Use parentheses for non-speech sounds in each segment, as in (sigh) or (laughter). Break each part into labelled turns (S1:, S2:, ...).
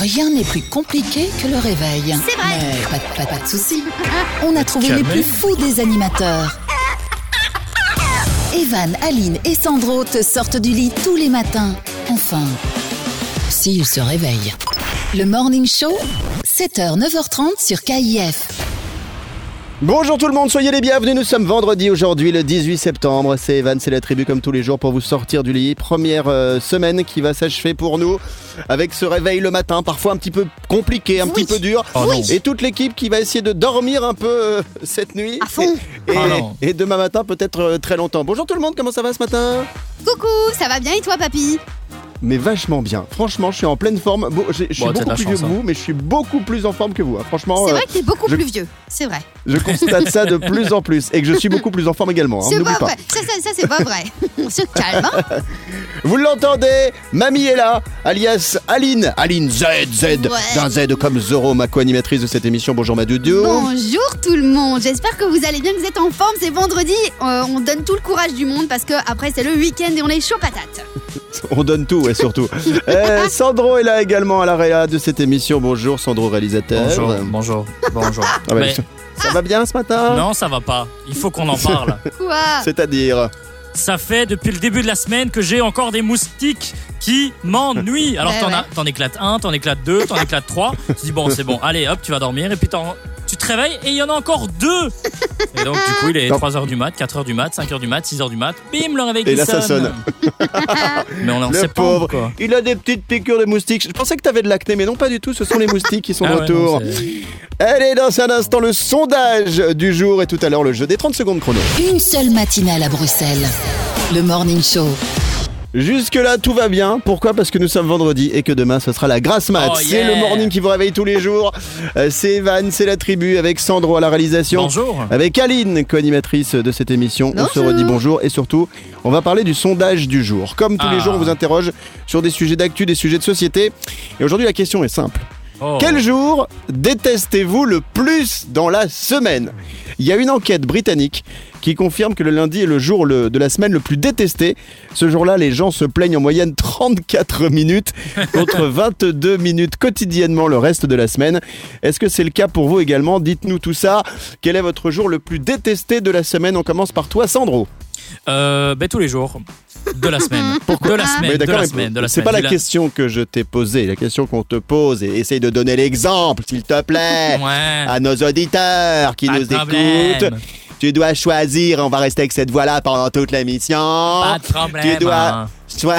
S1: Rien n'est plus compliqué que le réveil.
S2: C'est vrai.
S1: Mais pas, de- pas- pas de soucis. On a trouvé les plus fous des animateurs. Evan, Aline et Sandro te sortent du lit tous les matins. Enfin, s'ils se réveillent. Le Morning Show, 7h, 9h30 sur KIF.
S3: Bonjour tout le monde, soyez les bienvenus, nous sommes vendredi aujourd'hui le 18 septembre, c'est Evan, c'est la tribu comme tous les jours pour vous sortir du lit, première euh, semaine qui va s'achever pour nous avec ce réveil le matin, parfois un petit peu compliqué, un petit peu dur,
S4: Oh
S3: et toute l'équipe qui va essayer de dormir un peu euh, cette nuit,
S2: À fond.
S3: Et,
S4: Ah non.
S3: et demain matin peut-être euh, très longtemps. Bonjour tout le monde, comment ça va ce matin
S2: Coucou, ça va bien et toi, papy
S3: Mais vachement bien, franchement je suis en pleine forme, Bon, j'ai- je suis
S4: Bon, t'as de
S3: beaucoup
S4: la
S3: plus
S4: chance, hein.
S3: vieux que vous, mais je suis beaucoup plus en forme que vous, hein. franchement...
S2: C'est
S3: euh,
S2: vrai que t'es beaucoup
S3: je-
S2: plus vieux. C'est vrai.
S3: Je constate ça de plus en plus et que je suis beaucoup plus en forme également. hein, on
S2: c'est
S3: n'oublie
S2: pas
S3: pas.
S2: vrai. Ça, ça, ça, c'est
S3: (laughs)
S2: pas vrai. On se calme. hein.
S3: Vous l'entendez Mamie est là, alias Aline. Aline Z, Z, d'un Z comme Zoro, ma co-animatrice de cette émission. Bonjour ma doudou.
S2: Bonjour tout le monde. J'espère que vous allez bien, que vous êtes en forme. C'est vendredi. Euh, on donne tout le courage du monde parce que après c'est le week-end et on est chaud patate.
S3: On donne tout, et surtout. Euh, Sandro est là également à l'aréa de cette émission. Bonjour Sandro, réalisateur.
S4: Bonjour, bonjour, bonjour.
S3: Ah bah,
S4: Mais
S3: Ça va bien ce matin
S4: non, ça va pas. Il faut
S3: (laughs)
S4: qu'on en parle.
S2: Quoi
S3: C'est-à-dire
S4: ça fait depuis le début de la semaine que j'ai encore des moustiques qui m'ennuient. Alors
S2: Ouais,
S4: t'en,
S2: ouais.
S4: as- t'en éclates un, t'en éclates deux, t'en éclates trois. Tu dis bon, c'est bon, allez hop, tu vas dormir et puis t'en- tu te réveilles et il y en a encore deux. Et donc du coup, il est
S3: Non.
S4: 3h du mat, 4h du mat, 5h du mat, 6h du mat. Bim, le réveil
S3: Et
S4: qui
S3: là, ça
S4: (laughs) Mais on est en
S3: le
S4: septembre
S3: pauvre.
S4: quoi.
S3: Il a des petites piqûres de moustiques. Je pensais que t'avais de l'acné, mais non, pas du tout. Ce sont les moustiques qui sont
S4: Ah
S3: de
S4: ouais,
S3: retour.
S4: non, c'est-
S3: Allez, dans un instant, le sondage du jour et tout à l'heure, le jeu des 30 secondes chrono.
S1: Une seule matinale à Bruxelles. Le Morning Show.
S3: Jusque-là, tout va bien. Pourquoi Parce que nous sommes vendredi et que demain, ce sera la grasse mat.
S4: Oh,
S3: c'est
S4: yeah.
S3: le morning qui vous réveille tous les jours. Euh, C'est Evan, c'est la tribu avec Sandro à la réalisation.
S4: Bonjour.
S3: Avec Aline, co-animatrice de cette émission, on se
S2: Bonjour.
S3: redit bonjour et surtout, on va parler du sondage du jour. Comme tous les
S4: Ah.
S3: jours, on vous interroge sur des sujets d'actu, des sujets de société. Et aujourd'hui, la question est simple.
S4: Oh.
S3: Quel jour détestez-vous le plus dans la semaine Il y a une enquête britannique qui confirme que le lundi est le jour le- de la semaine le plus détesté. Ce jour-là, les gens se plaignent en moyenne 34
S4: (laughs)
S3: minutes contre 22 minutes quotidiennement le reste de la semaine. Est-ce que c'est le cas pour vous également Dites-nous tout ça. Quel est votre jour le plus détesté de la semaine On commence par toi, Sandro.
S4: Euh, ben, tous les jours de la
S3: (laughs)
S4: semaine. de la
S3: Mais
S4: semaine, de
S3: d'accord,
S4: la
S3: mais
S4: semaine, de la
S3: c'est
S4: semaine.
S3: pas
S4: Du
S3: la
S4: lin-
S3: question que je t'ai posée, la question qu'on te pose et essaye de donner l'exemple, s'il te plaît.
S4: Ouais.
S3: à nos auditeurs qui
S4: Pas de
S3: Ah, nous
S4: problème.
S3: écoutent. Tu dois choisir, on va rester avec cette voix-là pendant toute l'émission.
S4: Pas de problème.
S3: Oh, Tu dois
S4: hein.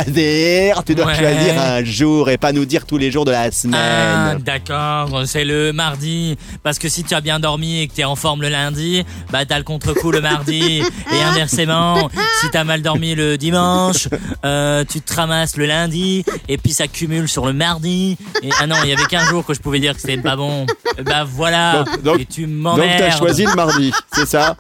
S3: choisir, tu dois
S4: Ouais.
S3: choisir un jour et pas nous dire tous les jours de la
S4: Ah,
S3: semaine.
S4: d'accord, c'est le mardi. Parce que si tu as bien dormi et que tu es en forme le lundi, bah t'as le contre-coup
S3: (laughs)
S4: le mardi. Et inversement, si t'as mal dormi le dimanche, euh, tu te ramasses le lundi et puis ça cumule sur le mardi. Et, ah non, il y avait qu'un jour que je pouvais dire que c'était pas bon. Bah voilà.
S3: Donc- donc-
S4: et tu
S3: Donc t'as
S4: m'emmerdes.
S3: choisi le
S4: (laughs)
S3: mardi, c'est ça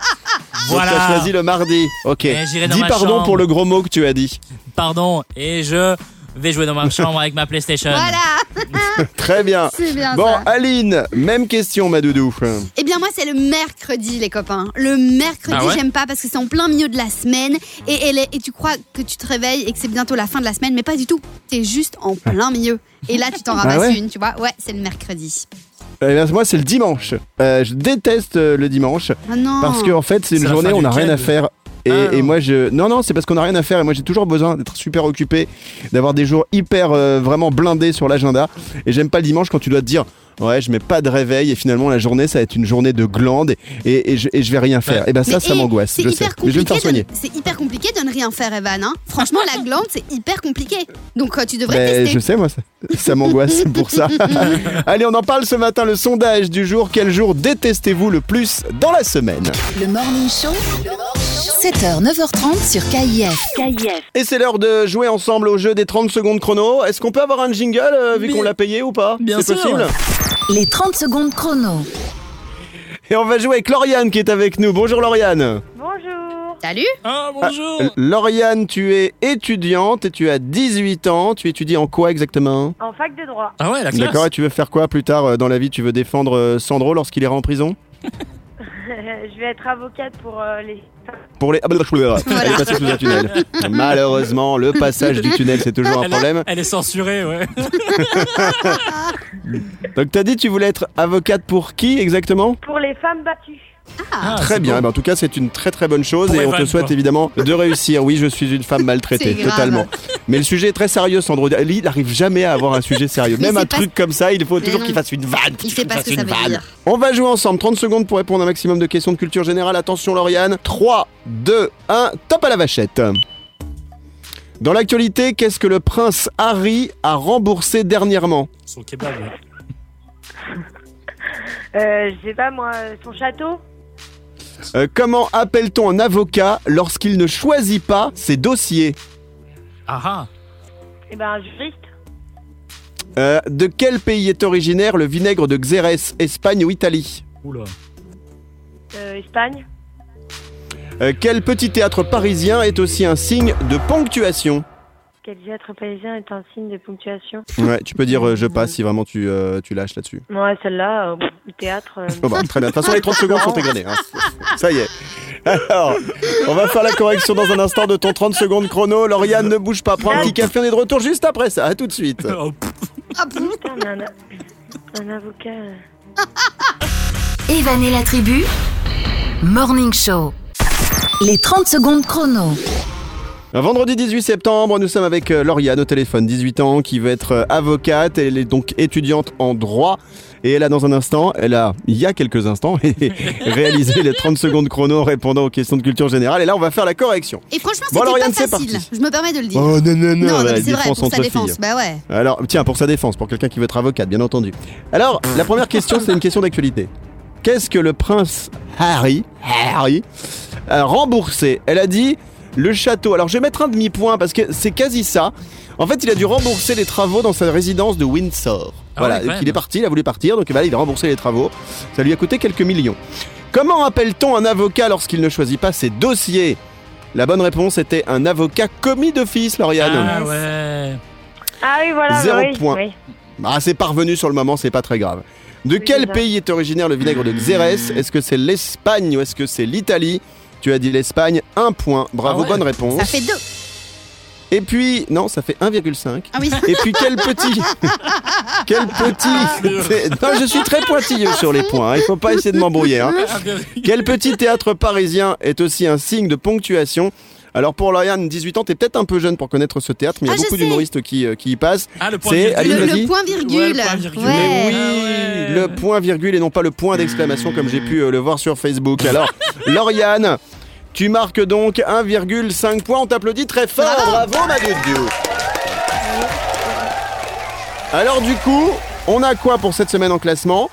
S4: Voilà.
S3: Donc t'as choisi le mardi. Ok.
S4: Eh, j'irai dans
S3: Dis
S4: ma
S3: pardon
S4: chambre.
S3: pour le gros mot que tu as dit.
S4: Pardon. Et je vais jouer dans ma chambre avec ma PlayStation.
S2: Voilà,
S3: Très bien.
S2: c'est bien
S3: Bon,
S2: ça.
S3: Aline, même question, ma doudou. Euh,
S2: Eh bien moi c'est le mercredi les copains. Le mercredi
S4: Ah ouais
S2: j'aime pas parce que c'est en plein milieu de la semaine et, elle est- et tu crois que tu te réveilles et que c'est bientôt la fin de la semaine mais pas du tout. T'es juste en plein milieu et là tu t'en ramasses
S3: Ah ouais
S2: une tu vois. Ouais c'est le mercredi.
S3: Eh bien, moi, c'est le dimanche. Euh, je déteste euh, le dimanche.
S2: Ah non.
S3: Parce qu'en fait, c'est
S4: C'est
S3: une
S4: la
S3: journée
S4: fin
S3: où on
S4: du
S3: n'a rien
S4: week-end.
S3: à faire. Et,
S4: Ah,
S3: et
S4: non.
S3: moi, je. Non, non, c'est parce qu'on n'a rien à faire. Et moi, j'ai toujours besoin d'être super occupé, d'avoir des jours hyper euh, vraiment blindés sur l'agenda. Et j'aime pas le dimanche quand tu dois te dire, ouais, je mets pas de réveil. Et finalement, la journée, ça va être une journée de glande. Et, et, et je, et je vais rien faire.
S4: Ouais.
S3: Et ben, ça,
S2: Mais
S3: ça
S2: eh,
S3: m'angoisse.
S2: c'est
S3: Je sais.
S2: hyper
S3: Mais je vais me
S2: compliqué
S3: faire soigner.
S2: de- C'est hyper compliqué de ne rien faire, Evan. hein. Franchement, la glande, c'est hyper compliqué. Donc, euh, tu devrais
S3: Ben,
S2: tester.
S3: je sais, moi, ça, ça m'angoisse
S2: (laughs)
S3: pour ça. Allez, on en parle ce matin, le sondage du jour. Quel jour détestez-vous le plus dans la semaine
S1: Le Morning Show, 7h, 9h30 sur KIF.
S3: Et c'est l'heure de jouer ensemble au jeu des 30 secondes chrono. Est-ce qu'on peut avoir un jingle, euh, vu
S4: Bien-
S3: qu'on l'a payé ou pas
S4: Bien
S3: C'est
S4: sûr.
S3: possible
S1: Les 30 secondes chrono.
S3: Et on va jouer avec Lauriane qui est avec nous. Bonjour Lauriane.
S5: Bonjour.
S2: Salut.
S4: Ah bonjour.
S3: Lauriane, tu es étudiante et tu as 18 ans. Tu étudies en quoi exactement
S5: En fac de droit. (laughs)
S4: Ah ouais, la classe.
S3: D'accord, et tu veux faire quoi plus tard euh, dans la vie Tu veux défendre euh, Sandro lorsqu'il ira en prison
S5: je vais être avocate pour euh, les.
S3: Pour les. Ah, bah, Elle est passée sous un
S4: (laughs)
S3: tunnel. Malheureusement, le passage du tunnel, c'est toujours un
S4: Elle,
S3: problème.
S4: elle est censurée, ouais.
S3: Donc, t'as dit, tu voulais être avocate pour qui exactement
S5: Pour les femmes battues.
S4: Ah,
S3: Très
S4: c'est
S3: bien.
S4: beau.
S3: Eh ben, en tout cas, c'est une très très bonne chose
S4: Pour
S3: et on te
S4: Evan,
S3: souhaite
S4: quoi.
S2: (laughs)
S3: évidemment de réussir. Oui, je suis une femme maltraitée,
S2: C'est grave.
S3: totalement. Mais le sujet est très sérieux, Sandro. Ali, il n'arrive jamais à avoir un sujet sérieux.
S2: Mais
S3: Même
S2: c'est
S3: un
S2: pas-
S3: truc comme ça, il faut
S2: Mais
S3: toujours
S2: non.
S3: qu'il fasse une vanne.
S2: Il sait pas ce que ça veut dire.
S3: On va jouer ensemble. 30 secondes pour répondre à un maximum de questions de culture générale. Attention, Lauriane. 3, 2, 1, top à la vachette. Dans l'actualité, qu'est-ce que le prince Harry a remboursé dernièrement
S4: Son kebab. ouais.
S5: Euh, je sais pas moi, euh, son château
S3: Euh, Comment appelle-t-on un avocat lorsqu'il ne choisit pas ses dossiers
S4: Ah ah.
S5: Eh ben, un juriste
S3: Euh, de quel pays est originaire le vinaigre de Xérès, Espagne ou Italie
S4: Oula.
S5: euh, Espagne
S3: Euh, Quel petit théâtre parisien est aussi un signe de ponctuation
S5: Quel théâtre parisien est un signe de ponctuation
S3: Ouais, tu peux dire euh, je passe si vraiment tu, euh, tu lâches là-dessus.
S5: Ouais, celle-là, euh, le théâtre. euh,
S3: (laughs) Bon bah, très bien. De toute façon, les 30 secondes sont égrenées. hein. Ça y est. Alors, on va faire la correction dans un instant de ton 30 secondes chrono. Lauriane, ne bouge pas. Prends un petit café, on est de retour juste après ça. À tout de suite.
S4: Oh, pff.
S2: Ah bon
S5: putain, mais un, a- un avocat. euh.
S1: Evan et la tribu, Morning Show. Les 30 secondes chrono.
S3: Vendredi 18 septembre, nous sommes avec euh, Lauriane au téléphone, 18 ans, qui veut être euh, avocate. Elle est donc étudiante en droit. Et elle a dans un instant, elle a, il y a quelques instants, (laughs) réalisé les 30 secondes chrono en répondant aux questions de culture générale. Et là, on va faire la correction.
S2: Et franchement,
S3: Bon,
S2: c'était
S3: Lauriane,
S2: pas
S3: c'est
S2: facile.
S3: parti.
S2: Je me permets de le dire.
S3: Oh non, non, non,
S2: non,
S3: la
S2: mais c'est vrai,
S3: défense
S2: pour
S3: entre
S2: sa défense.
S3: filles.
S2: Bah ouais.
S3: Alors, tiens, pour sa défense, pour quelqu'un qui veut être avocate, bien entendu. Alors, la première question, c'est une question d'actualité. Qu'est-ce que le prince Harry, Harry a remboursé Elle a dit le château. Alors, je vais mettre un demi-point parce que c'est quasi ça. En fait, il a dû rembourser les travaux dans sa résidence de Windsor.
S4: Ah
S3: voilà,
S4: ouais, quand
S3: donc
S4: même.
S3: il est parti, il a voulu partir, donc voilà, il a remboursé les travaux. Ça lui a coûté quelques millions. Comment appelle-t-on un avocat lorsqu'il ne choisit pas ses dossiers La bonne réponse était un avocat commis d'office, Lauriane.
S4: Ah ouais.
S5: Ah oui, voilà.
S3: Zéro
S5: oui,
S3: point.
S5: oui.
S3: Ah, c'est parvenu sur le moment, c'est pas très grave. De
S5: Oui,
S3: quel
S5: déjà.
S3: pays est originaire le vinaigre de Xérès Est-ce que c'est l'Espagne ou est-ce que c'est l'Italie Tu as dit l'Espagne, un point. Bravo,
S4: Ah ouais.
S3: bonne réponse.
S2: Ça fait deux.
S3: Et puis, non, ça fait 1,5.
S2: Ah oui.
S3: Et puis quel petit Quel petit Non, je suis très pointilleux sur les points, hein, il faut pas essayer de m'embrouiller. hein.
S4: Ah, bien.
S3: Quel petit théâtre parisien est aussi un signe de ponctuation alors pour Lauriane, 18 ans, t'es peut-être un peu jeune pour connaître ce théâtre, mais il y a
S2: Ah, je
S3: beaucoup
S2: sais.
S3: d'humoristes qui, euh, qui y passent.
S4: Ah, le point
S3: C'est- (laughs)
S4: virgule.
S3: Allez,
S2: le,
S3: vas-y.
S2: le point virgule.
S4: Ouais, le point virgule.
S3: Mais
S2: Ouais.
S3: oui,
S4: Ah ouais.
S3: le point virgule et non pas le point d'exclamation comme j'ai pu euh, le voir sur
S4: (laughs)
S3: Facebook. Alors, Lauriane, tu marques donc 1,5 points. On t'applaudit très fort. Bravo, ma Dudu. Alors du coup, on a quoi pour cette semaine en classement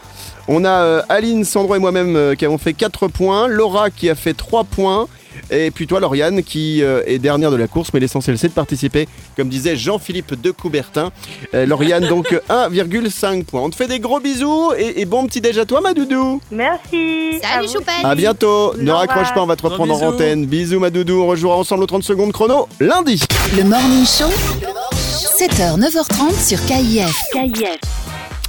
S3: On a euh, Aline, Sandro et moi-même euh, qui avons fait 4 points, Laura qui a fait 3 points, et puis toi Lauriane qui euh, est dernière de la course, mais l'essentiel c'est de participer, comme disait Jean-Philippe de Coubertin. Euh, Lauriane donc euh, 1,5 points. On te fait des gros bisous et, et bon petit déj à toi ma doudou
S5: Merci. à
S2: Salut
S5: vous.
S2: Choupette.
S3: À bientôt, ne
S5: Laura.
S3: raccroche pas, on va te
S4: Gros
S3: reprendre en
S4: bisous.
S3: antenne. Bisous ma doudou, on rejouera ensemble aux 30 secondes chrono lundi
S1: Le Morning Show, 7h, 9h30 sur KIF.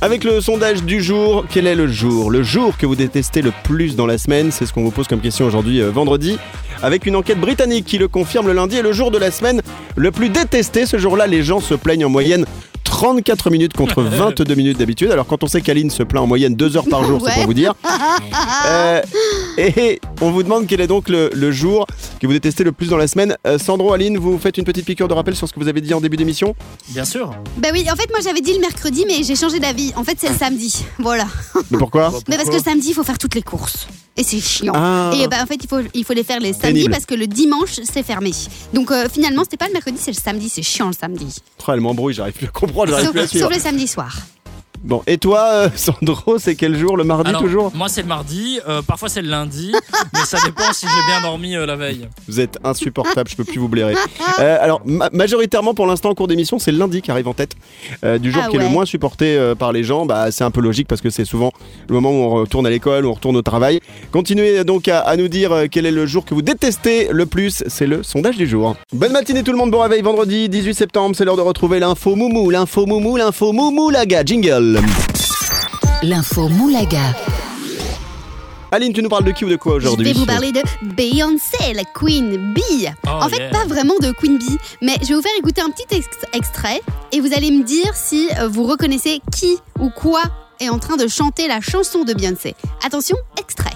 S3: Avec le sondage du jour, quel est le jour Le jour que vous détestez le plus dans la semaine C'est ce qu'on vous pose comme question aujourd'hui, euh, vendredi. Avec une enquête britannique qui le confirme, le lundi est le jour de la semaine le plus détesté. Ce jour-là, les gens se plaignent en moyenne 34 minutes contre 22 minutes d'habitude. Alors quand on sait qu'Aline se plaint en moyenne 2 heures par jour, c'est pour
S2: Ouais.
S3: vous
S2: (laughs)
S3: dire. Euh, et on vous demande quel est donc le, le jour que vous détestez le plus dans la semaine. Euh, Sandro, Aline, vous faites une petite piqûre de rappel sur ce que vous avez dit en début d'émission
S4: Bien sûr.
S2: Bah oui, en fait, moi j'avais dit le mercredi, mais j'ai changé d'avis. En fait, c'est le samedi. Voilà.
S3: Mais pourquoi
S2: Mais parce que le samedi, il faut faire toutes les courses. Et c'est chiant.
S3: Ah.
S2: Et bah, en fait, il faut, il faut les faire les samedis
S3: Pénible.
S2: parce que le dimanche, c'est fermé. Donc euh, finalement, c'était pas le mercredi, c'est le samedi. C'est chiant le samedi.
S3: Oh, Elle m'embrouille, j'arrive plus à comprendre, j'arrive
S2: Sauf,
S3: plus à suivre.
S2: sauf le samedi soir.
S3: Bon, et toi, euh, (laughs) Sandro, c'est quel jour Le mardi
S4: Alors,
S3: toujours
S4: Moi, c'est le mardi. euh, parfois, c'est le lundi. mais ça dépend si j'ai bien dormi euh, la veille.
S3: Vous êtes insupportable, je peux plus vous
S2: (laughs)
S3: blairer. Euh, alors, ma- majoritairement, pour l'instant, en cours d'émission, c'est le lundi qui arrive en tête. euh, du jour
S2: Ah
S3: qui est le
S2: ouais.
S3: moins supporté euh, par les gens, bah, c'est un peu logique parce que c'est souvent le moment où on retourne à l'école, où on retourne au travail. Continuez donc à, à nous dire euh, quel est le jour que vous détestez le plus. C'est le sondage du jour. Bonne matinée tout le monde, bon réveil vendredi 18 septembre. C'est l'heure de retrouver l'info moumou, l'info moumou, l'info moumou, laga, jingle.
S1: L'info Moulaga.
S3: Aline, tu nous parles de qui ou de quoi
S2: Je vais
S3: aujourd'hui
S2: vous parler de Beyoncé, la Queen Bee.
S4: Oh,
S2: en fait,
S4: yeah.
S2: pas vraiment de Queen Bee, mais je vais vous faire écouter un petit ex- extrait et vous allez me dire si euh, vous reconnaissez qui ou quoi est en train de chanter la chanson de Beyoncé. Attention,
S4: (laughs)
S2: extrait.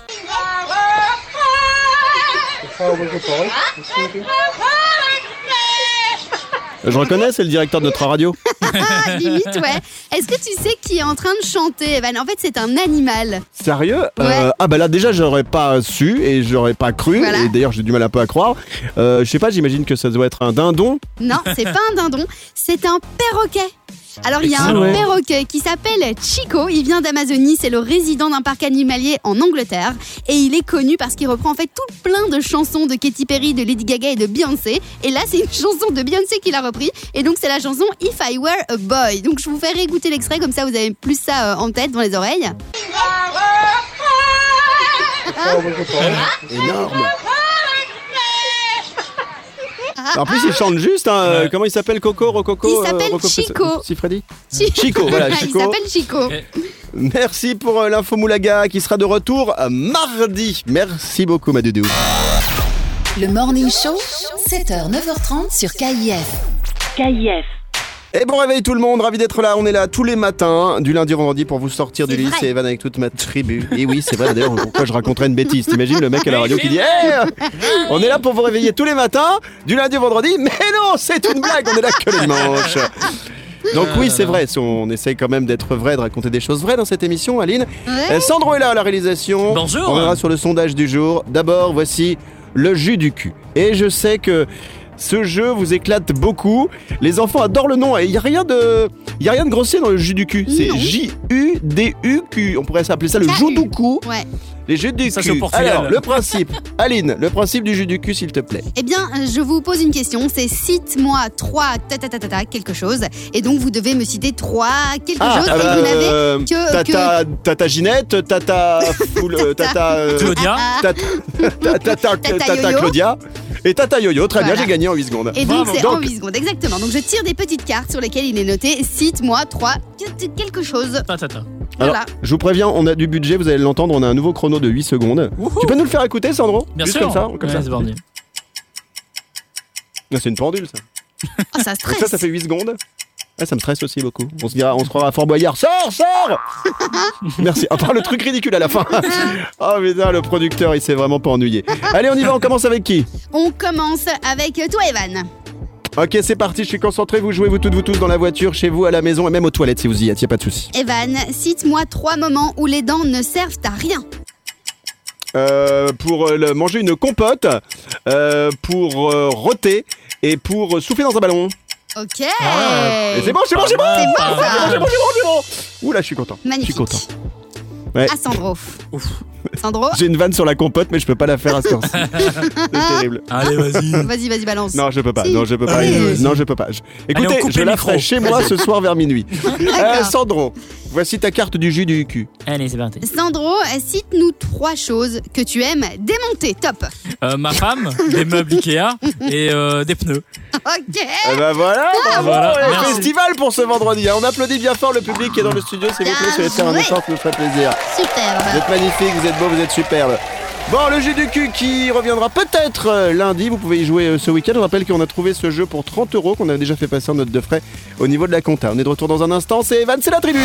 S3: Euh, Je reconnais, c'est le directeur de notre radio.
S2: Ah, limite, ouais. Est-ce que tu sais qui est en train de chanter Evan En fait, c'est un animal.
S3: Sérieux Euh, Ah bah là déjà j'aurais pas su et j'aurais pas cru
S2: Voilà.
S3: et d'ailleurs j'ai du mal un peu à croire. Euh, je sais pas, j'imagine que ça doit être un dindon.
S2: Non, c'est pas un dindon, c'est un perroquet. Alors il y a
S4: Excellent.
S2: un perroquet qui s'appelle Chico, il vient d'Amazonie, c'est le résident d'un parc animalier en Angleterre et il est connu parce qu'il reprend en fait tout plein de chansons de Katy Perry, de Lady Gaga et de Beyoncé et là c'est une chanson de Beyoncé qu'il a repris et donc c'est la chanson If I Were a Boy. Donc je vous ferai écouter l'extrait comme ça vous avez plus ça euh, en tête dans les oreilles.
S3: Énorme. En plus il chante juste. hein, euh,
S4: Ouais.
S3: Comment il s'appelle Coco Rococo
S2: Il
S3: euh,
S2: s'appelle
S3: Rococo-
S2: Chico.
S3: Si Freddy.
S2: Chi-
S3: Chico, voilà,
S2: (laughs) il
S3: Chico.
S2: s'appelle Chico.
S3: Merci pour euh, l'info Moulaga qui sera de retour euh, mardi. Merci beaucoup ma doudou.
S1: Le Morning Show, 7h, 9h30 sur KIF.
S5: KIF.
S3: Et bon réveil tout le monde, ravi d'être là, on est là tous les matins, du lundi au vendredi pour vous sortir du
S2: C'est
S3: lit,
S2: vrai.
S3: c'est Evan avec toute ma tribu. Et oui, c'est vrai d'ailleurs, pourquoi je raconterais une bêtise T'imagines le mec à la radio qui dit Eh, On est là pour vous réveiller tous les matins, du lundi au vendredi, mais non, c'est une blague, on est là que le dimanche
S2: Ah
S3: donc oui, c'est vrai, on essaye quand même d'être vrai, de raconter des choses vraies dans cette émission, Aline.
S2: Ouais.
S3: Euh, Sandro est là à la réalisation.
S4: Bonjour.
S3: On verra sur le sondage du jour. D'abord, voici le jus du cul. Et je sais que ce jeu vous éclate beaucoup. Les enfants adorent le nom. Et il n'y a, rien de- y a rien de grossier dans le jus du cul. C'est
S2: Non.
S3: J-U-D-U-Q. On pourrait s'appeler ça le
S2: Ça,
S3: jus du cul.
S2: Ouais.
S3: Les jus du
S4: Ça, c'est
S3: cul.
S4: au Portugal.
S3: Alors, le principe. (laughs) Aline, le principe du jus du cul, s'il te plaît.
S2: Eh bien, euh, je vous pose une question. C'est cite-moi trois ta ta ta ta ta quelque chose. Et donc, vous devez me citer trois quelque chose.
S3: ah
S2: et
S3: bah,
S2: vous n'avez
S3: euh,
S2: que-
S3: tata, tata Ginette,
S2: (laughs)
S3: tata... Foul- euh, tata... euh,
S4: Claudia,
S2: Ah,
S3: Tata, tata, tata, tata
S2: Yo-Yo.
S3: Claudia et Tata Yo-Yo. Très bien,
S2: Voilà.
S3: j'ai gagné en 8 secondes.
S2: Et donc,
S4: Bravo.
S2: c'est en
S3: Donc-
S2: 8 secondes, exactement. Donc, je tire des petites cartes sur lesquelles il est noté cite-moi trois que- quelque chose.
S4: Ta, ta, ta.
S3: Alors,
S2: Voilà.
S3: je vous préviens, on a du budget, vous allez l'entendre, on a un nouveau chrono de 8 secondes.
S4: Wouhou.
S3: Tu peux nous le faire écouter, Sandro
S4: Bien
S3: Juste
S4: sûr.
S3: comme ça, comme
S4: Ouais,
S3: ça.
S4: c'est borné.
S3: Non, C'est une pendule, ça.
S2: Oh, ça
S3: Donc
S2: stresse.
S3: (laughs) ça, ça fait 8 secondes. Ah, ça me stresse aussi beaucoup. On se dira, on se croira à Fort Boyard. Sors,
S2: (laughs)
S3: sors Merci. À part le truc ridicule à la fin. oh, mais non, le producteur, il s'est vraiment pas ennuyé. Allez, on y va, on commence avec qui
S2: On commence avec toi, Evan.
S3: Ok, c'est parti, je suis concentré. Vous jouez, vous toutes, vous tous, dans la voiture, chez vous, à la maison et même aux toilettes si vous y êtes, y a pas de souci.
S2: Evan, cite-moi trois moments où les dents ne servent à rien.
S3: Euh, pour euh, le- manger une compote, euh, pour euh, rôter et pour euh, souffler dans un ballon.
S2: Ok.
S4: Ah,
S3: Et c'est bon, c'est bon, c'est bon
S4: C'est
S2: bon,
S3: C'est bon, c'est bon, c'est bon, c'est bon Ouh là, je suis content. Je
S2: Magnifique.
S3: suis content. Ouais.
S2: À Sandro.
S3: (laughs)
S2: Sandro,
S3: J'ai une vanne sur la compote, mais je peux pas la faire à ce
S4: (laughs)
S3: temps-ci. C'est terrible.
S4: Allez, vas-y.
S2: vas-y, vas-y, balance.
S3: Non, je peux pas.
S2: Si.
S3: Non, je peux pas.
S2: Allez,
S3: Euh,
S4: vas-y.
S3: non, je peux pas. Je-
S4: Allez, on
S3: Écoutez,
S4: coupe
S3: je
S4: les
S3: la
S4: micros.
S3: ferai chez moi ce soir vers
S2: (laughs)
S3: minuit. Euh,
S2: D'accord.
S3: Sandro, voici ta carte du jus du cul.
S4: (laughs) Allez, c'est parti.
S2: Sandro, cite-nous trois choses que tu aimes démonter. Top. (laughs)
S4: Euh, ma femme, des meubles Ikea et euh, des pneus.
S2: Ok.
S3: Eh ben voilà,
S2: Ah,
S3: bravo
S4: Voilà,
S3: les
S4: merci.
S3: festivals pour ce vendredi. hein. On applaudit bien fort le public qui est dans le studio. Si vous
S2: Bien
S3: voulez, soyez faire un
S2: joué.
S3: effort, ça nous ferait plaisir. Vous
S2: Superbe.
S3: êtes magnifique, vous êtes beau, vous êtes superbe. Bon, le jeu du cul qui reviendra peut-être euh, lundi. Vous pouvez y jouer euh, ce week-end. On rappelle qu'on a trouvé ce jeu pour 30 euros, qu'on a déjà fait passer en note de frais au niveau de la compta. On est de retour dans un instant. C'est Evan, c'est la tribu.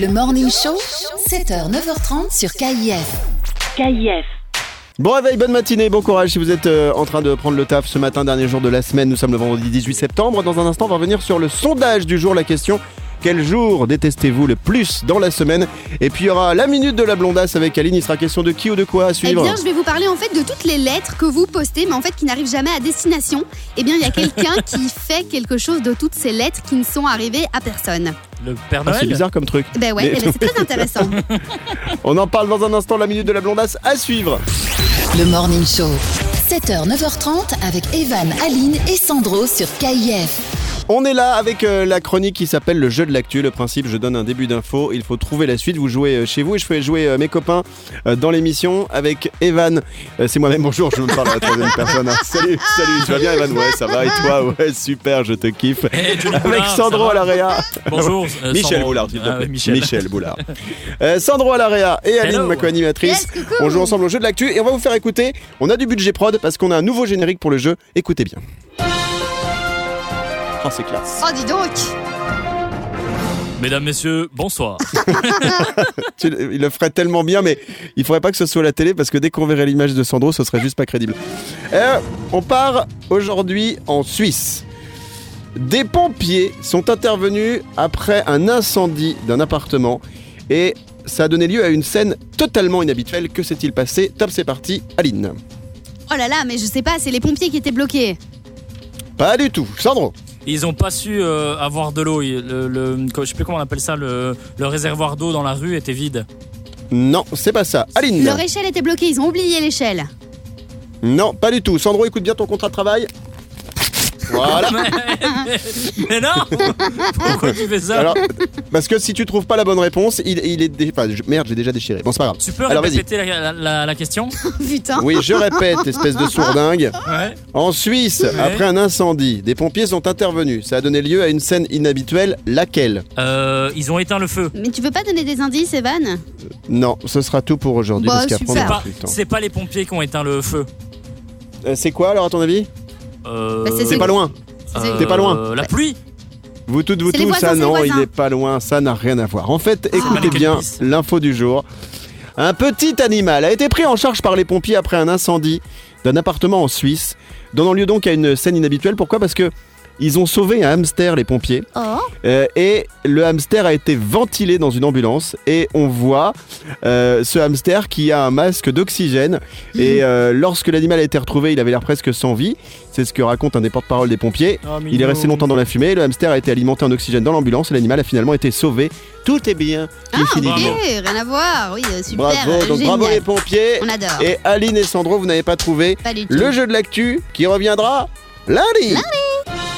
S1: Le Morning Show, 7h, 9h30 sur KIF.
S5: KIF.
S3: Bon réveil, bonne matinée, bon courage si vous êtes euh, en train de prendre le taf ce matin, dernier jour de la semaine. Nous sommes le vendredi 18 septembre. Dans un instant, on va revenir sur le sondage du jour. La question quel jour détestez-vous le plus dans la semaine Et puis il y aura la minute de la blondasse avec Aline. Il sera question de qui ou de quoi à
S2: Eh
S3: suivre.
S2: bien, je vais vous parler en fait de toutes les lettres que vous postez, mais en fait qui n'arrivent jamais à destination.
S3: (laughs)
S2: Eh bien, il y a quelqu'un qui fait quelque chose de toutes ces lettres qui ne sont arrivées à personne.
S4: Le Père
S3: Ah,
S4: Noël.
S3: c'est bizarre comme truc.
S2: Eh Ben ouais,
S3: Mais- (laughs)
S2: eh ben, c'est très intéressant.
S3: On en parle dans un instant, la minute de la blondasse à suivre.
S1: Le Morning Show, 7h, 9h30 avec Evan, Aline et Sandro sur KIF.
S3: On est là avec euh, la chronique qui s'appelle le jeu de l'actu. Le principe, je donne un début d'info, il faut trouver la suite. Vous jouez euh, chez vous et je fais jouer euh, mes copains euh, dans l'émission avec Evan. Euh, c'est moi-même, bonjour, je me parle à la troisième
S4: (laughs)
S3: personne. hein. Salut, salut, tu vas bien Evan Ouais, ça va et toi Ouais, super, je te kiffe.
S4: Eh, Julie
S3: Avec
S4: Boulard,
S3: Sandro
S4: ça
S3: à
S4: va
S3: l'area.
S4: Bonjour. euh,
S3: Michel
S4: Sandro.
S3: Boulard, s'il te
S4: Ah
S3: plaît.
S4: ouais, Michel.
S3: Boulard. Euh, Sandro à l'area et Aline,
S4: Hello.
S3: ma co-animatrice.
S2: Yes, coucou.
S3: on joue ensemble au jeu de l'actu et on va vous faire écouter. On a du budget prod parce qu'on a un nouveau générique pour le jeu. Écoutez bien. Oh, c'est classe.
S2: Oh, dis donc
S4: Mesdames, messieurs, bonsoir.
S3: Tu le- il le ferait tellement bien, mais il faudrait pas que ce soit la télé parce que dès qu'on verrait l'image de Sandro, ce serait juste pas crédible. Euh, on part aujourd'hui en Suisse. Des pompiers sont intervenus après un incendie d'un appartement et ça a donné lieu à une scène totalement inhabituelle. Que s'est-il passé Top, c'est parti, Aline.
S2: Oh là là, mais je sais pas, c'est les pompiers qui étaient bloqués.
S3: Pas du tout, Sandro.
S4: Ils ont pas su euh, avoir de l'eau. Il- Le, le- je sais plus comment on appelle ça. Le, le réservoir d'eau dans la rue était vide. (laughs)
S3: Non, c'est pas ça. Aline.
S2: Leur échelle était bloquée, ils ont oublié l'échelle. (laughs)
S3: Non, pas du tout. Sandro, écoute bien ton contrat de travail. Voilà.
S4: Mais, mais non Pourquoi tu fais ça (laughs)
S3: Alors, parce que si tu trouves pas la bonne réponse, il, il est. dé- enfin, je- merde, j'ai déjà déchiré. Bon, c'est pas grave.
S4: Tu peux
S3: Alors, vas-y.
S4: répéter la, la- la question
S2: Oh, Putain.
S3: Oui, je répète, espèce de sourdingue.
S4: Ouais.
S3: En Suisse,
S4: Ouais.
S3: après un incendie, des pompiers sont intervenus. Ça a donné lieu à une scène inhabituelle. Laquelle
S4: Euh, ils ont éteint le feu.
S2: Mais tu peux pas donner des indices,
S3: Euh,
S2: Evan
S3: Non, ce sera tout pour aujourd'hui.
S2: Bah,
S3: parce qu'après, on
S2: super.
S3: aura
S4: Pas-
S3: plus le temps.
S4: C'est pas les pompiers qui ont éteint le feu.
S3: Euh, C'est quoi alors à ton avis
S4: Euh,
S2: Bah, c'est
S3: C'est
S2: ceux-
S3: pas loin.
S4: euh,
S3: T'es pas loin.
S4: La pluie.
S3: Vous toutes, vous
S2: C'est les
S3: tous,
S2: voisins,
S3: ça
S2: c'est les
S3: non, il
S2: voisins. Ah.
S3: est pas loin, ça n'a rien à voir. En fait, écoutez
S4: Malgré
S3: bien
S4: le pisse.
S3: l'info du jour. Un petit animal a été pris en charge par les pompiers après un incendie d'un appartement en Suisse, donnant lieu donc à une scène inhabituelle. Pourquoi Parce que ils ont sauvé un hamster, les pompiers,
S2: Oh
S3: euh, et le hamster a été ventilé dans une ambulance. Et on voit euh, ce hamster qui a un masque d'oxygène.
S2: Mhm.
S3: Et euh, lorsque l'animal a été retrouvé, il avait l'air presque sans vie. C'est ce que raconte un des porte-parole des pompiers. Il est resté longtemps dans la fumée, le hamster a été alimenté en oxygène dans l'ambulance et l'animal a finalement été sauvé. Tout est bien. qui
S2: Ah,
S3: finit
S2: ok,
S3: bien.
S2: rien à voir, oui, euh, super,
S3: Bravo, donc
S2: génial.
S3: bravo les pompiers.
S2: On adore.
S3: Et Aline et Sandro, vous n'avez pas trouvé
S2: Pas du tout.
S3: le jeu de l'actu qui reviendra lundi.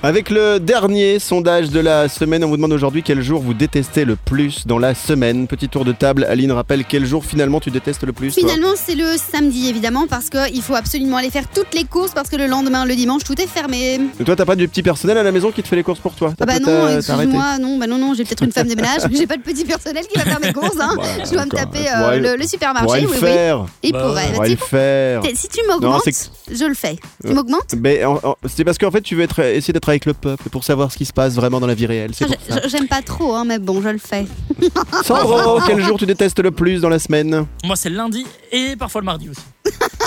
S3: Avec le dernier sondage de la semaine, on vous demande aujourd'hui quel jour vous détestez le plus dans la semaine. Petit tour de table, Aline rappelle quel jour finalement tu détestes le plus. toi
S2: Finalement, c'est le samedi, évidemment, parce qu'il faut absolument aller faire toutes les courses, parce que le lendemain, le dimanche, tout est fermé.
S3: Et toi, t'as pas du petit personnel à la maison qui te fait les courses pour toi T'as
S2: Ah bah
S3: peut-être,
S2: non,
S3: euh, t'as arrêté.
S2: excuse-moi, non, bah non, non, j'ai peut-être une femme de ménage, mais j'ai pas de petit personnel qui va faire mes courses,
S3: (laughs)
S2: hein.
S3: Ouais,
S2: Je dois me
S3: Bah, d'accord.
S2: taper
S3: Pourrait-
S2: euh, le, le
S3: pourrait
S2: supermarché,
S3: le
S2: oui, oui.
S3: faire.
S2: Il
S4: Bah,
S2: pourrait.
S4: ouais.
S2: Bah,
S3: Pourrait
S2: tu
S3: le
S2: sais,
S3: faire.
S2: t'es- si tu m'augmentes, je le fais. Tu
S3: Ouais.
S2: m'augmentes
S3: Mais en- en- c'est parce qu'en fait, tu veux être, essayer d'être avec le peuple pour savoir ce qui se passe vraiment dans la vie réelle. C'est
S2: Ah,
S3: pour
S2: je- Ah,
S3: ça.
S2: je- J'aime pas trop, hein, mais bon, je le fais.
S3: Sandro, quel jour tu détestes le plus dans la semaine
S4: Moi, c'est le lundi et parfois le mardi aussi.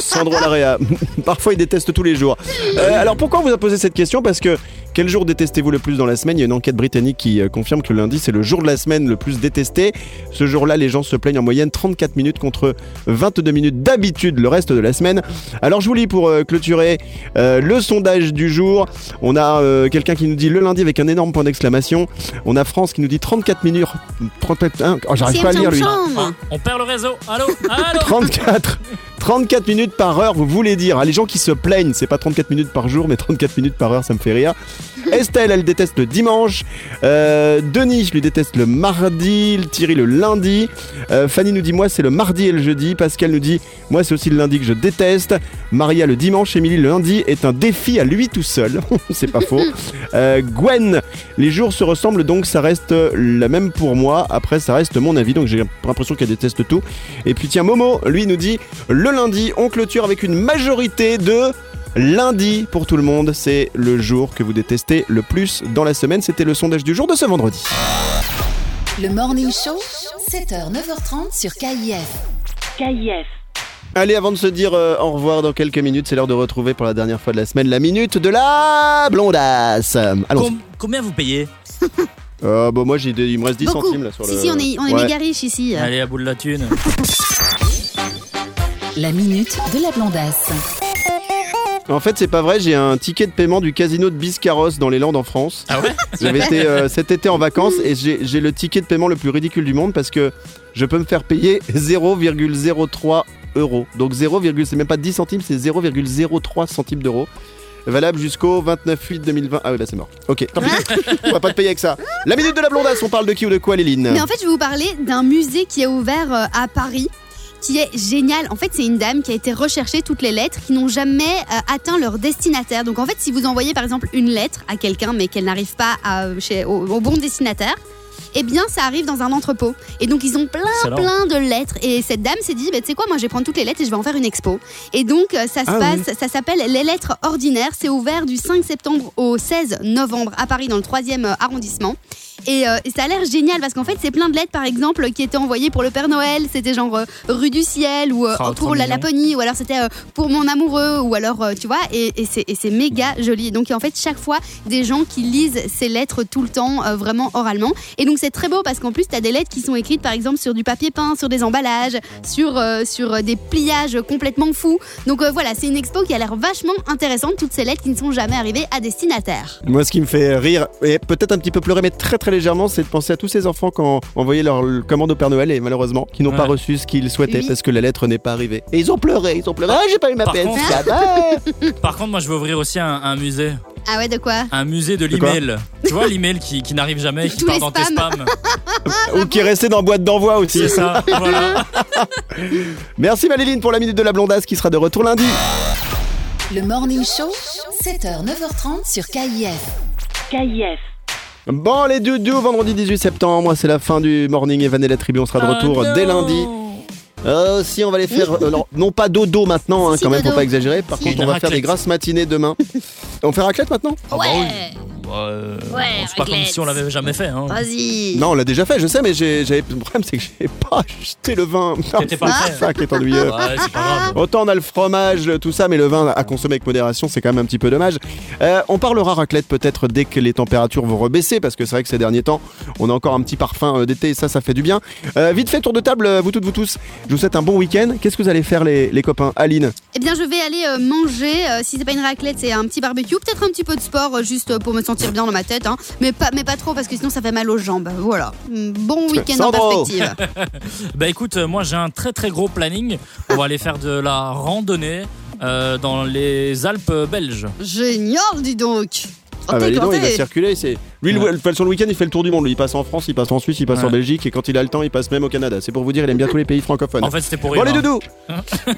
S3: Sandro Larea. (laughs) Parfois, il déteste tous les jours. Euh, alors, pourquoi on vous a posé cette question Parce que quel jour détestez-vous le plus dans la semaine Il y a une enquête britannique qui euh, confirme que le lundi, c'est le jour de la semaine le plus détesté. Ce jour-là, les gens se plaignent en moyenne 34 minutes contre 22 minutes d'habitude le reste de la semaine. Alors, je vous lis pour euh, clôturer euh, le sondage du jour. On a euh, quelqu'un qui nous dit le lundi avec un énorme point d'exclamation. On a France qui nous dit 34 minutes. 34, hein, oh, j'arrive
S2: C'est
S3: pas à
S2: une
S3: lire lui.
S2: chambre.
S4: Hein, On perd le réseau. Allô Allô
S3: 34 34 minutes par heure, vous voulez dire. Ah, les gens qui se plaignent, c'est pas 34 minutes par jour, mais 34 minutes par heure, ça me fait rire. Estelle, elle déteste le dimanche. Euh, Denis, je lui déteste le mardi. Thierry, le lundi. Euh, Fanny nous dit, moi, c'est le mardi et le jeudi. Pascal nous dit, moi, c'est aussi le lundi que je déteste. Maria, le dimanche. Émilie, le lundi est un défi à lui tout seul. (laughs) c'est pas faux. Euh, Gwen, les jours se ressemblent, donc ça reste la même pour moi. Après, ça reste mon avis, donc j'ai l'impression qu'elle déteste tout. Et puis tiens, Momo, lui nous dit le lundi, on clôture avec une majorité de lundi pour tout le monde. C'est le jour que vous détestez le plus dans la semaine. C'était le sondage du jour de ce vendredi.
S1: Le Morning Show, 7h, 9h30 sur KIF.
S5: KIF.
S3: Allez, avant de se dire euh, au revoir dans quelques minutes, c'est l'heure de retrouver pour la dernière fois de la semaine la minute de la blondasse. Allons.
S4: Com- Combien vous payez
S3: Euh, bah, moi, j'ai des- il me reste 10
S2: Beaucoup.
S3: centimes là sur
S2: si,
S3: le.
S2: si, on est, on est
S3: Ouais.
S2: méga riche ici. euh.
S4: Allez, à bout de la thune.
S1: La minute de la blondasse.
S3: En fait, c'est pas vrai, j'ai un ticket de paiement du casino de Biscarrosse dans les Landes en France.
S4: Ah (laughs) ouais
S3: J'avais
S2: (laughs)
S3: été euh, cet été en vacances et j'ai j'ai le ticket de paiement le plus ridicule du monde parce que je peux me faire payer (laughs) 0,03 euros. Donc 0, c'est même pas 10 centimes, c'est 0,03 centimes d'euros. Valable jusqu'au 29-8-2020. Ah oui, bah c'est mort. Ok,
S2: (laughs)
S3: tant pis. on va pas te payer avec ça. La minute de la blondasse, on parle de qui ou de quoi, Léline
S2: Mais en fait, je vais vous parler d'un musée qui est ouvert euh, à Paris qui est génial. En fait, c'est une dame qui a été rechercher toutes les lettres qui n'ont jamais euh, atteint leur destinataire. Donc en fait, si vous envoyez par exemple une lettre à quelqu'un mais qu'elle n'arrive pas à- chez- au, au bon destinataire, eh bien ça arrive dans un entrepôt. Et donc ils ont plein
S4: Excellent.
S2: plein de lettres et cette dame s'est dit bah, tu sais quoi, moi je vais prendre toutes les lettres et je vais en faire une expo. Et donc euh, ça se
S3: Ah
S2: passe, ça s'appelle les lettres ordinaires, c'est ouvert du 5 septembre au 16 novembre à Paris dans le 3e euh, arrondissement. Et, euh, et ça a l'air génial parce qu'en fait, c'est plein de lettres, par exemple, qui étaient envoyées pour le Père Noël. C'était genre euh, rue du ciel ou euh,
S4: Oh, trop
S2: pour la
S4: mignon.
S2: Laponie ou alors c'était euh, pour mon amoureux ou alors, euh, tu vois, et, et c'est- et c'est méga joli. Et donc, en fait, chaque fois, des gens qui lisent ces lettres tout le temps, euh, vraiment oralement. Et donc, c'est très beau parce qu'en plus, tu as des lettres qui sont écrites, par exemple, sur du papier peint, sur des emballages, sur, euh, sur euh, des pliages complètement fous. Donc, euh, voilà, c'est une expo qui a l'air vachement intéressante, toutes ces lettres qui ne sont jamais arrivées à destinataire.
S3: Moi, ce qui me fait rire, et peut-être un petit peu pleurer, mais très très légèrement, c'est de penser à tous ces enfants qui ont envoyé leur commande au Père Noël et malheureusement, qui n'ont
S4: Ouais.
S3: pas reçu ce qu'ils souhaitaient
S2: Oui.
S3: parce que la lettre n'est pas arrivée. Et ils ont pleuré, ils ont pleuré. Ah, j'ai pas eu ma
S4: Par
S3: PS4.
S4: contre-
S3: ah.
S4: Par contre, moi, je veux ouvrir aussi un, un musée.
S2: Ah ouais, de quoi
S4: Un musée de
S3: De quoi
S4: l'email. Tu vois, l'email qui, qui n'arrive jamais, qui
S2: Tous
S4: part
S2: les
S4: dans tes (laughs) spams.
S2: Ah, bah
S3: Ou qui est resté dans la boîte d'envoi aussi.
S4: C'est ça, voilà.
S3: Merci Maléline pour la minute de la blondasse qui sera de retour lundi.
S1: Le Morning Show, 7h, 9h30 sur KIF.
S5: KIF.
S3: Bon, les doudous, vendredi 18 septembre, c'est la fin du morning. Evan et la tribu, on sera de
S2: Oh
S3: retour
S4: Ah, non.
S3: dès lundi. Euh, si, on va les faire. euh, alors, non, pas dodo maintenant, hein,
S2: Si,
S3: quand même,
S2: dodo.
S3: pour pas exagérer. Par
S2: Si.
S3: contre,
S4: Une
S3: on va faire
S4: raclette.
S3: des grasses matinées demain. on fait raclette maintenant
S4: Ah bah oui.
S2: Ouais
S4: Bah, euh,
S2: Ouais,
S4: c'est pas comme
S2: raclette.
S4: si on l'avait jamais fait. Hein.
S2: Vas-y
S3: Non, on l'a déjà fait, je sais, mais j'ai, j'avais- le problème, c'est que j'ai pas acheté le vin.
S4: T'étais pas
S3: C'est
S4: prêt.
S3: ça qui est
S4: (laughs)
S3: ennuyeux.
S4: Ouais, c'est pas grave.
S3: Autant on a le fromage, le- tout ça, mais le vin à consommer avec modération, c'est quand même un petit peu dommage. Euh, on parlera raclette peut-être dès que les températures vont rebaisser, parce que c'est vrai que ces derniers temps, on a encore un petit parfum euh, d'été, et ça, ça fait du bien. Euh, vite fait, tour de table, euh, vous toutes, vous tous. Je vous souhaite un bon week-end. Qu'est-ce que vous allez faire, les, les copains Aline
S2: Eh bien, je vais aller euh, manger. euh, si c'est pas une raclette, c'est un petit barbecue. Peut-être un petit peu de sport, euh, juste euh, pour me sentir bien dans ma tête. hein. Mais, pas, mais pas trop, parce que sinon, ça fait mal aux jambes. Voilà. Mm, Bon week-end en
S3: Sandro.
S2: perspective. (laughs)
S4: Bah écoute, euh, moi j'ai un très très gros planning. On va aller faire de la randonnée euh, dans les Alpes belges.
S2: Génial, dis donc.
S3: Ah bah,
S2: Santé,
S3: dis donc, il va
S2: santé.
S3: circuler. C'est... Lui,
S4: Ouais.
S3: le- le- sur le week-end, il fait le tour du monde. Lui, Il passe en France, il passe en Suisse, il passe en
S4: Ouais.
S3: Belgique, et quand il a le temps, il passe même au Canada. C'est pour vous dire, il aime bien tous les pays francophones.
S4: En fait, c'était pour
S3: Bon
S4: rire.
S3: les
S4: hein.
S3: doudous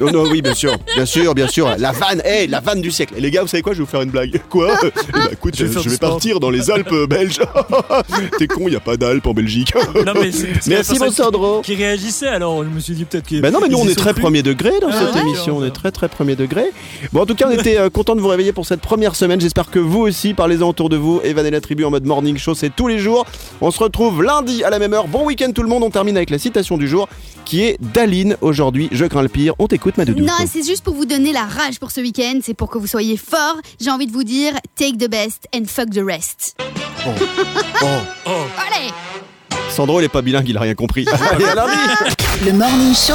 S3: Non, non, oui, bien sûr, bien sûr, bien sûr. La vanne, hey, la vanne du siècle. Et les gars, vous savez quoi Je vais vous faire une blague.
S4: (laughs)
S3: Quoi Eh ben, écoute, je,
S4: Je vais faire
S3: je
S4: du
S3: vais
S4: sport.
S3: partir dans les Alpes belges. (laughs) T'es con, y a pas d'Alpes en
S4: (laughs)
S3: Belgique.
S4: Non, mais c'est- c'est
S3: Merci,
S4: pour
S3: mon
S4: ça
S3: Sandro.
S4: Qui réagissait alors Je me suis dit peut-être que.
S3: Ben non, mais nous,
S4: ils
S3: on
S4: y
S3: est
S4: sont
S3: très
S4: plus.
S3: premier degré dans
S4: Ah
S3: cette
S4: ouais
S3: émission. On est très, très premier degré. Bon, en tout
S4: (laughs)
S3: cas, on était euh, content de vous réveiller pour cette première semaine. J'espère que vous aussi, parlez-en autour de vous. Evan et la tribu en mode morning show, c'est tous les jours. On se retrouve lundi à la même heure. Bon week-end, tout le monde. On termine avec la citation du jour qui est d'Aline aujourd'hui. Je crains le pire. On t'écoute, ma doudou.
S2: Non, c'est juste pour vous donner la rage pour ce week-end. C'est pour que vous soyez forts. J'ai envie de vous dire take the best and fuck the rest.
S3: Oh.
S4: Oh.
S2: Allez
S3: Sandro, il est pas bilingue, il a rien (laughs) compris. Allez, à lundi.
S1: Le Morning Show,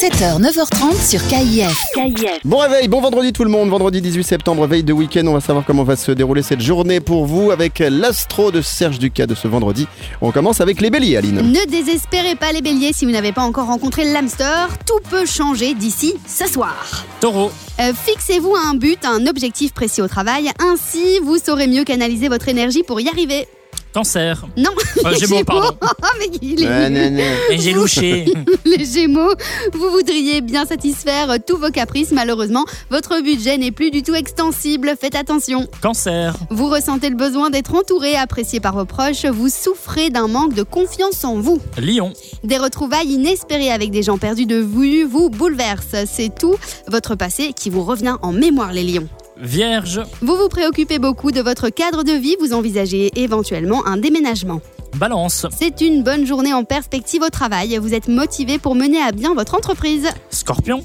S1: 7h, 9h30 sur KIF.
S5: KIF.
S3: Bon réveil, bon vendredi tout le monde. Vendredi 18 septembre, veille de week-end. On va savoir comment va se dérouler cette journée pour vous avec l'astro de Serge Ducas de ce vendredi. On commence avec les béliers, Aline.
S2: Ne désespérez pas les béliers si vous n'avez pas encore rencontré l'hamster. Tout peut changer d'ici ce soir.
S4: Taureau,
S2: Euh, Fixez-vous un but, un objectif précis au travail. Ainsi, vous saurez mieux canaliser votre énergie pour y arriver.
S4: cancer.
S2: Non,
S4: Euh,
S2: (laughs) les Oh,
S4: Gémeaux, pardon.
S2: mais il est-
S4: Et j'ai louché.
S2: les Gémeaux, vous voudriez bien satisfaire euh, tous vos caprices. Malheureusement, votre budget n'est plus du tout extensible. Faites attention.
S4: Cancer,
S2: Vous ressentez le besoin d'être entouré, apprécié par vos proches. Vous souffrez d'un manque de confiance en vous.
S4: Lion,
S2: Des retrouvailles inespérées avec des gens perdus de vue vous bouleversent. C'est tout votre passé qui vous revient en mémoire, les lions.
S4: Vierge,
S2: Vous vous préoccupez beaucoup de votre cadre de vie, vous envisagez éventuellement un déménagement.
S4: Balance,
S2: C'est une bonne journée en perspective au travail, vous êtes motivé pour mener à bien votre entreprise.
S4: Scorpion,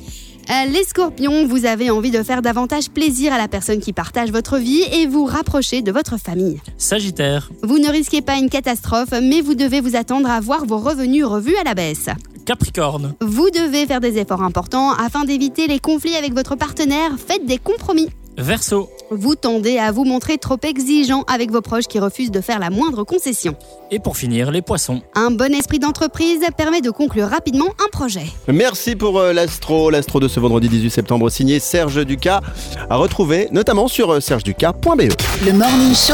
S2: Euh, les scorpions, vous avez envie de faire davantage plaisir à la personne qui partage votre vie et vous rapprocher de votre famille.
S4: Sagittaire,
S2: Vous ne risquez pas une catastrophe, mais vous devez vous attendre à voir vos revenus revus à la baisse.
S4: Capricorne,
S2: Vous devez faire des efforts importants afin d'éviter les conflits avec votre partenaire. Faites des compromis.
S4: Verseau,
S2: Vous tendez à vous montrer trop exigeant avec vos proches qui refusent de faire la moindre concession.
S4: et pour finir, les poissons.
S2: Un bon esprit d'entreprise permet de conclure rapidement un projet.
S3: Merci pour euh, l'astro, l'astro de ce vendredi 18 septembre signé Serge Ducas, à retrouver notamment sur euh, sergeducas.be.
S1: Le Morning Show,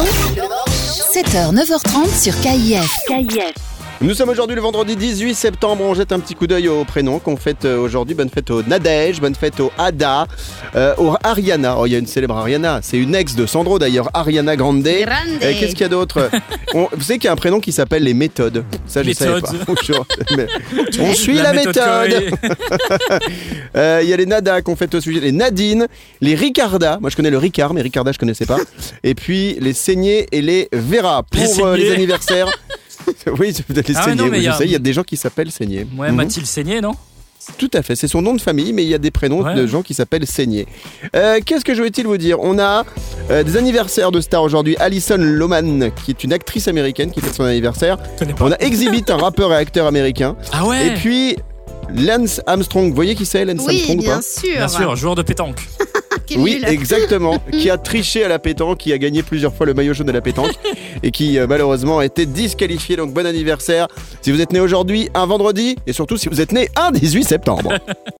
S1: 7h, 9h30 sur KIF.
S5: KIF.
S3: Nous sommes aujourd'hui le vendredi 18 septembre, on jette un petit coup d'œil aux prénoms qu'on fête euh, aujourd'hui. Bonne fête au Nadège, bonne fête au Ada, euh, au Ariana. Oh, il y a une célèbre Ariana, c'est une ex de Sandro d'ailleurs, Ariana Grande.
S2: Grande.
S3: Euh, Qu'est-ce qu'il y a (laughs) d'autre On- Vous savez qu'il y a un prénom qui s'appelle les méthodes. Ça, je savais pas.
S4: Méthode.
S3: Bonjour. (laughs) Mais on suit la, méthode.
S4: Corée.
S3: Euh, Il y a les Nada qu'on fait au sujet, les Nadine, les Ricarda. Moi, je connais le Ricard, mais Ricarda, je connaissais
S4: (laughs)
S3: pas. Et puis les Saignées et les Vera pour
S4: Les
S3: euh, les
S4: Saignées. (laughs)
S3: anniversaires. oui, je- les
S4: Ah,
S3: Saignées,
S4: non, mais
S3: oui,
S4: il y
S3: je
S4: a-
S3: sais, il y a des gens qui s'appellent Saignées.
S4: Ouais,
S3: Mhm.
S4: Mathilde Seigné, non
S3: Tout à fait, c'est son nom de famille, mais il y a des prénoms
S4: Ouais.
S3: de gens qui s'appellent Saigné. Euh, Qu'est-ce que je voulais-il vous dire On a euh, des anniversaires de stars aujourd'hui. Alison Loman, qui est une actrice américaine qui fête son anniversaire.
S4: connais pas.
S3: On a Exhibit, un rappeur et acteur américain.
S4: Ah ouais
S3: Et puis Lance Armstrong, vous voyez qui c'est Lance
S2: Oui,
S3: Armstrong ou
S2: bien
S3: pas
S2: sûr.
S4: Bien sûr, joueur de pétanque.
S2: Quel
S3: oui,
S2: nul.
S3: exactement. qui a triché à la pétanque, qui a gagné plusieurs fois le maillot jaune de la pétanque et qui euh, malheureusement a été disqualifié. Donc bon anniversaire si vous êtes né aujourd'hui, un vendredi et surtout si vous êtes né un 18 septembre.